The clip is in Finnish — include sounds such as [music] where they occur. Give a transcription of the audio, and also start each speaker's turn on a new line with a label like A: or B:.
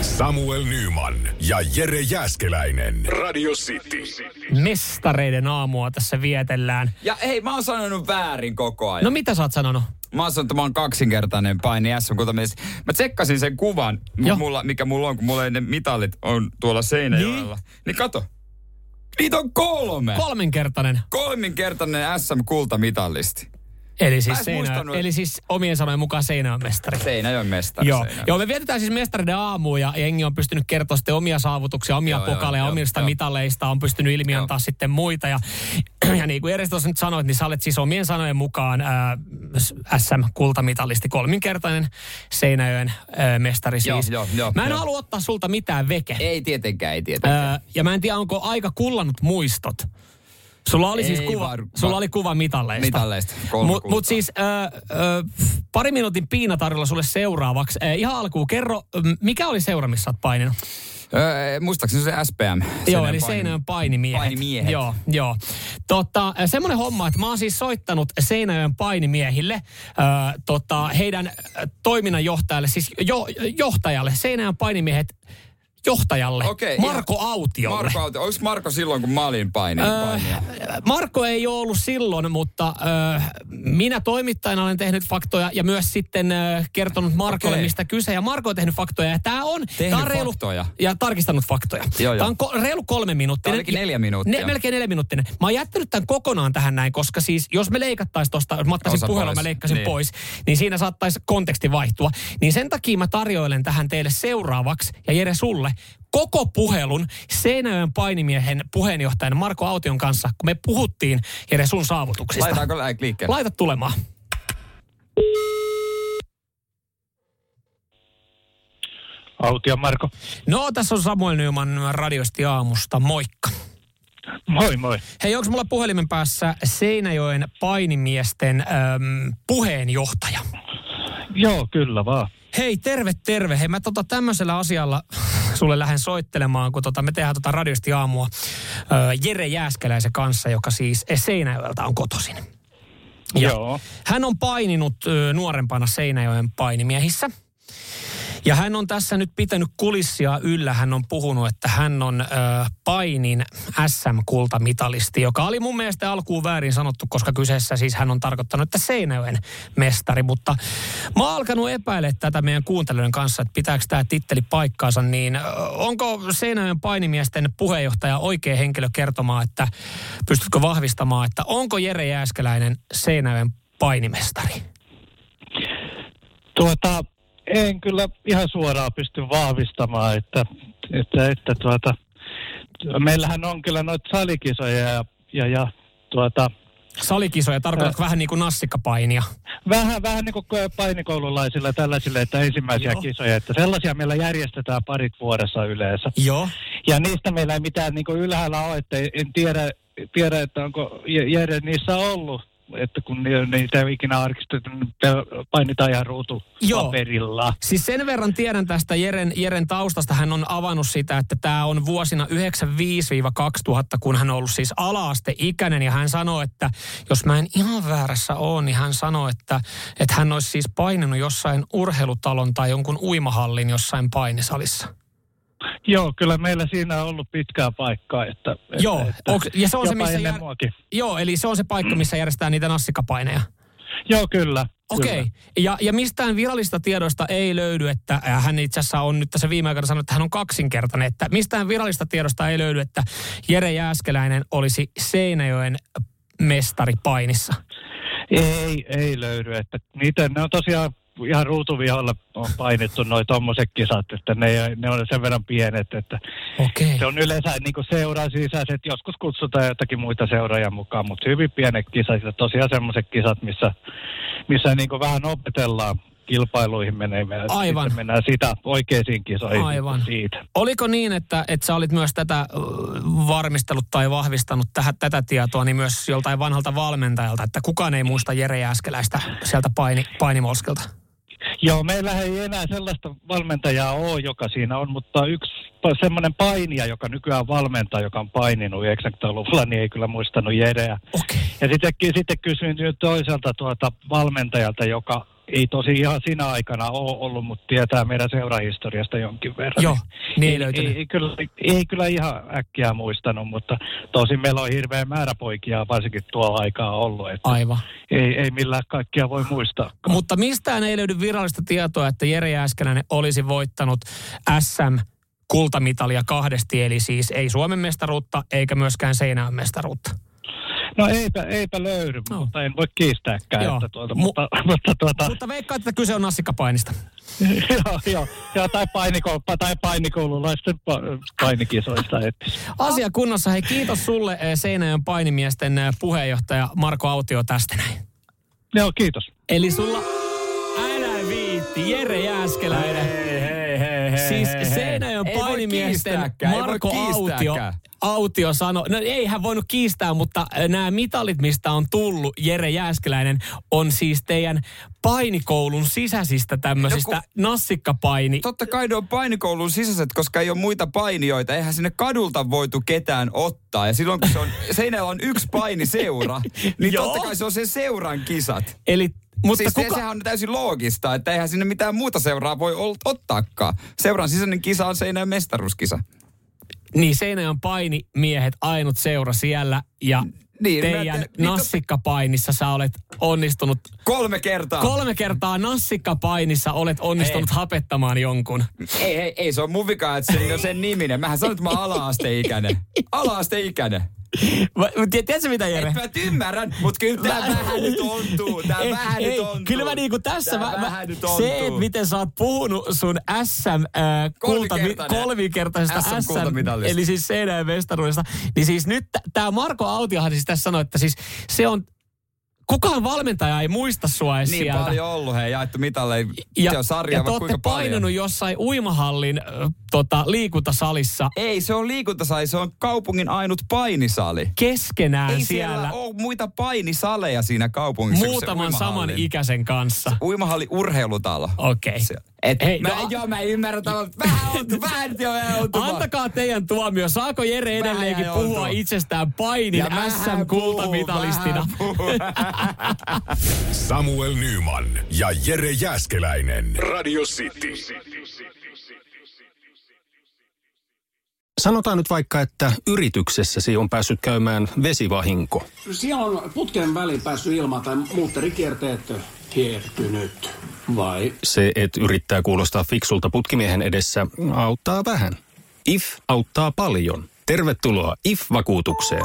A: Samuel Nyman ja Jere Jäskeläinen.
B: Radio City.
C: Mestareiden aamua tässä vietellään.
D: Ja hei, mä oon sanonut väärin koko ajan.
C: No mitä sä oot sanonut?
D: Mä oon sanonut, että mä oon kaksinkertainen paini sm Mä tsekkasin sen kuvan, mu-
C: Joo.
D: mulla, mikä mulla on, kun mulla ei ne mitalit on tuolla Seinäjoella. Niin, niin kato. Niitä on kolme. Kol-
C: Kolminkertainen.
D: Kolminkertainen SM-kultamitalisti.
C: Eli siis,
D: Mä en
C: seinä,
D: muistanut.
C: eli siis omien sanojen mukaan Seinäjoen mestari.
D: Seinäjoen mestari.
C: Joo.
D: Seinäjoen.
C: joo, me vietetään siis mestareiden aamua ja jengi on pystynyt kertoa sitten omia saavutuksia, omia
D: Joo,
C: joo,
D: joo,
C: pokaleja,
D: joo,
C: omista
D: joo.
C: mitaleista, on pystynyt ilmi antaa sitten muita. Ja, [clears throat] ja niin kuin Eres tuossa nyt sanoit, niin sä olet siis omien sanojen mukaan ää, SM-kultamitalisti, kolminkertainen Seinäjoen ää, mestari
D: Joo,
C: siis.
D: joo, joo,
C: mä en
D: joo.
C: halua ottaa sulta mitään veke.
D: Ei tietenkään, ei tietenkään.
C: Öö, ja mä en tiedä, onko aika kullannut muistot. Sulla oli
D: Ei
C: siis kuva,
D: varmaan.
C: sulla oli kuva mitalleista.
D: Mitalleista, kolme
C: Mut,
D: kultaa.
C: mut siis öö, öö, pari minuutin piinatarjolla sulle seuraavaksi. Öö, ihan alkuun kerro, mm, mikä oli seura, missä sä oot paininut?
D: Öö, muistaakseni se SPM.
C: joo,
D: Seinäjoen
C: eli
D: paini-
C: Seinäjoen painimiehet.
D: Painimiehet.
C: Joo, joo. Totta, ö, semmoinen homma, että mä oon siis soittanut Seinäjoen painimiehille, öö, tota, heidän ö, toiminnanjohtajalle, siis jo, johtajalle, Seinäjoen painimiehet johtajalle,
D: Okei, ihan-
C: Marko Autiolle.
D: Marko Autio. Onko Marko silloin, kun mä olin paini? painija?
C: Marko ei ole ollut silloin, mutta ö, minä toimittajana olen tehnyt faktoja ja myös sitten ö, kertonut Markolle,
D: Okei.
C: mistä kyse. Ja Marko on tehnyt faktoja ja tämä on...
D: Tehnyt
C: tää on
D: faktoja.
C: Ja tarkistanut faktoja.
D: Joo, joo.
C: Tämä on ko- reilu kolme minuuttia.
D: Tää olikin neljä minuuttia.
C: Ne, melkein neljä minuuttia. Mä oon jättänyt tämän kokonaan tähän näin, koska siis jos me leikattaisiin tuosta, mä ottaisin
D: Osa
C: puhelun,
D: pois.
C: mä leikkasin
D: Niin.
C: pois pois, niin siinä saattaisi konteksti vaihtua. Niin sen takia mä tarjoilen tähän teille seuraavaksi ja Jere sulle koko puhelun Seinäjoen painimiehen puheenjohtajan Marko Aution kanssa, kun me puhuttiin Jere sun saavutuksista.
D: Laitaanko lääk liikkeelle?
C: Laita tulemaan.
E: Autio Marko.
C: No, tässä on Samuel Nyman radiosti aamusta. Moikka.
E: Moi moi.
C: Hei, onko mulla puhelimen päässä Seinäjoen painimiesten äm, puheenjohtaja?
E: Joo, kyllä vaan.
C: Hei, terve, terve. Hei, mä tota tämmöisellä asialla sulle lähden soittelemaan, kun tota, me tehdään tota radiosti aamua öö, Jere Jääskeläisen kanssa, joka siis Seinäjoelta on kotoisin. Ja
E: Joo.
C: Hän on paininut öö, nuorempana Seinäjoen painimiehissä. Ja hän on tässä nyt pitänyt kulissia yllä. Hän on puhunut, että hän on ö, painin SM-kultamitalisti, joka oli mun mielestä alkuun väärin sanottu, koska kyseessä siis hän on tarkoittanut, että Seinäjoen mestari. Mutta mä oon alkanut epäile tätä meidän kuuntelijoiden kanssa, että pitääkö tämä titteli paikkaansa. Niin ö, onko Seinäjoen painimiesten puheenjohtaja oikea henkilö kertomaan, että pystytkö vahvistamaan, että onko Jere Jääskeläinen Seinäjoen painimestari?
E: Tuota, en kyllä ihan suoraan pysty vahvistamaan, että, että, että tuota, meillähän on kyllä noita salikisoja ja, ja, ja tuota,
C: Salikisoja, tarkoitatko vähän niin kuin nassikkapainia?
E: vähän, vähän niin kuin painikoululaisilla ja tällaisille, että ensimmäisiä
C: Joo.
E: Joo. kisoja, että sellaisia meillä järjestetään parit vuodessa yleensä.
C: Joo.
E: Ja niistä meillä ei mitään niin kuin ylhäällä ole, että en tiedä, tiedä että onko J- Jere niissä ollut, että kun ni- niitä ei ole ikinä arkistettu, niin pe- painitaan ihan
C: Joo.
E: ruutupaperilla.
C: Siis sen verran tiedän tästä Jeren, Jeren taustasta. Hän on avannut sitä, että tämä on vuosina 95-2000, kun hän on ollut siis ala-asteikäinen. Ja hän sanoi, että jos mä en ihan väärässä ole, niin hän sanoi, että, että hän olisi siis painanut jossain urheilutalon tai jonkun uimahallin jossain painisalissa.
E: Joo, kyllä meillä siinä on ollut pitkää paikkaa. Että,
C: Joo,
E: että,
C: onks- ja se on se,
E: jopa
C: missä
E: ennen
C: jär-
E: muakin.
C: Joo, eli se on se paikka, missä järjestetään niitä nassikapaineja.
E: Joo, kyllä.
C: Okei,
E: kyllä.
C: okay. ja, ja mistään virallisista tiedoista ei löydy, että äh, hän itse asiassa on nyt tässä viime aikoina sanonut, että hän on kaksinkertainen, että mistään virallisista tiedosta ei löydy, että Jere Jääskeläinen olisi Seinäjoen mestari painissa.
E: Ei, ei löydy. Että niitä, ne on tosiaan ihan ruutuviholla on painettu noi tommoset kisat, että ne, ne on sen verran pienet, että
C: Okei.
E: Se on yleensä niin kuin seuran sisäiset, joskus kutsutaan jotakin muita seuraajia mukaan, mutta hyvin pienet kisat ja tosiaan semmoiset kisat, missä, missä niin kuin vähän niinku, opetellaan kilpailuihin menemme. ja
C: Aivan.
E: sitten Mennään sitä oikeisiin kisoihin niinku
C: Aivan.
E: siitä.
C: Oliko niin, että, että sä olit myös tätä ö, varmistellut tai vahvistanut tähän, tätä tietoa niin myös joltain vanhalta valmentajalta, että kukaan ei muista Jere Jääskeläistä sieltä paini, painimolskelta?
E: Joo, meillä ei enää sellaista valmentajaa ole, joka siinä on, mutta yksi pa- semmoinen painija, joka nykyään valmentaa, joka on paininut 90-luvulla, niin ei kyllä muistanut Jereä.
C: Okei.
E: Ja sitten, ky- sitten kysyin nyt toiselta tuota valmentajalta, joka ei tosi ihan sinä aikana ole ollut, mutta tietää meidän seurahistoriasta jonkin verran.
C: Joo, niin ei
E: ei,
C: löytynyt.
E: ei, ei, kyllä, ei kyllä ihan äkkiä muistanut, mutta tosin meillä on hirveä määrä poikia varsinkin tuolla aikaa ollut, että
C: Aivan.
E: ei, ei millään kaikkia voi muistaa.
C: Mutta mistään ei löydy virallista tietoa, että Jere Jääskeläinen olisi voittanut SM kultamitalia kahdesti, eli siis ei Suomen mestaruutta eikä myöskään Seinäjön mestaruutta.
E: No eipä, eipä löydy,
C: No.
E: no. mutta en voi kiistääkään.
C: Joo.
E: Että tuota,
C: Mu-
E: mutta, mutta tuota,
C: Mutta veikkaat, että kyse on nassikkapainista.
E: [laughs] joo, joo, joo, tai, painikoulpa, tai painikoululaisten pa- painikisoista. Että.
C: Asia kunnossa. Hei, kiitos sulle eh, Seinäjön painimiesten eh, puheenjohtaja Marko Autio tästä näin.
E: Joo, kiitos.
C: Eli sulla... Älä viitti, Jere Jääskeläinen.
D: hei, hei, hei,
C: Siis
D: hei, hei.
C: Seinäjön
D: Ei voi
C: painimiesten
D: kiistääkään, ei voi
C: Marko Autio,
D: kiistääkään.
C: Autio sanoi, no ei hän voinut kiistää, mutta nämä mitalit, mistä on tullut, Jere Jääskeläinen, on siis teidän painikoulun sisäisistä tämmöisistä
D: Joku-
C: nassikkapaini.
D: Totta kai ne on painikoulun sisäiset, koska ei ole muita painijoita. Eihän sinne kadulta voitu ketään ottaa. Ja silloin kun [laughs] se on, seinällä on yksi painiseura, niin
C: Joo.
D: totta kai se on sen seuran kisat.
C: Eli, mutta
D: Mutta siis kuka...
C: kuka...
D: sehän on täysin loogista, että eihän sinne mitään muuta seuraa voi ol- ottaakaan. Seuran sisäinen kisa on Seinäjön mestaruuskisa.
C: Niin Seinäjön painimiehet ainut seura siellä ja niin,
D: Niin, mä
C: teidän
D: en
C: te,
D: tiedä, niin
C: nassikkapainissa sä olet onnistunut.
D: Kolme kertaa.
C: Kolme kertaa nassikkapainissa olet onnistunut ei. hapettamaan jonkun.
D: Ei, ei, ei, se on mun vika, että se on sen niminen. Mähän sanoin, että mä oon ala-asteikäinen. [laughs] Ala-asteikäinen.
C: Va- mut tie- Tiedätkö mitä Jere?
D: Et mä nyt ymmärrän, mut kyllä tää vähän nyt ontuu. Tää
C: Ei,
D: vähän
C: ei,
D: nyt ontuu.
C: Kyllä mä niinku tässä,
D: Tää
C: mä, mä,
D: vähän nyt ontuu.
C: se, että miten sä oot puhunut sun SM, äh, kulta,
D: Kolmikertainen.
C: kolmikertaisesta SM, SM
D: SM-kultamitalista.
C: eli siis Seinäjän mestaruudesta, niin siis nyt tämä Marko Autiohan siis tässä sanoi, että siis se on, kukaan valmentaja ei muista sua edes
D: Niin
C: sieltä.
D: paljon ollut, hei, jaettu mitalle. Ja, se on sarja,
C: ja te
D: vaikka
C: olette
D: kuinka
C: painanut
D: paljon.
C: jossain uimahallin äh, tota, liikuntasalissa
D: Ei, se on liikuntasali, se on kaupungin ainut painisali.
C: keskenään
D: Ei
C: siellä,
D: siellä ole muita painisaleja siinä kaupungissa. kun Niin se
C: muutaman saman
D: uimahallin-
C: ikäisen kanssa.
D: Uimahalli urheilutalo.
C: Okei.
D: Se- Et,
C: Hei,
D: Hei, mä,
C: no-
D: no, joo, mä ymmärrän tavallaan. Vähän on, vähän nyt jo joutumaan.
C: Antakaa teidän tuomio. Saako Jere
D: Vähän
C: edelleenkin
D: jäi
C: puhua
D: outoa.
C: itsestään painin
D: vähän
C: SM-kultamitalistina?
D: puhuu, vähän puhuu.
A: Samuel Nyman ja Jere Jäskeläinen. Radio City.
B: Sanotaan nyt vaikka, että yrityksessäsi on päässyt käymään vesivahinko.
F: Siellä on putken väliin päässyt ilma tai muutterikierteet kiertynyt, vai?
B: Se, että yrittää kuulostaa fiksulta putkimiehen edessä, auttaa vähän. IF auttaa paljon. Tervetuloa IF-vakuutukseen.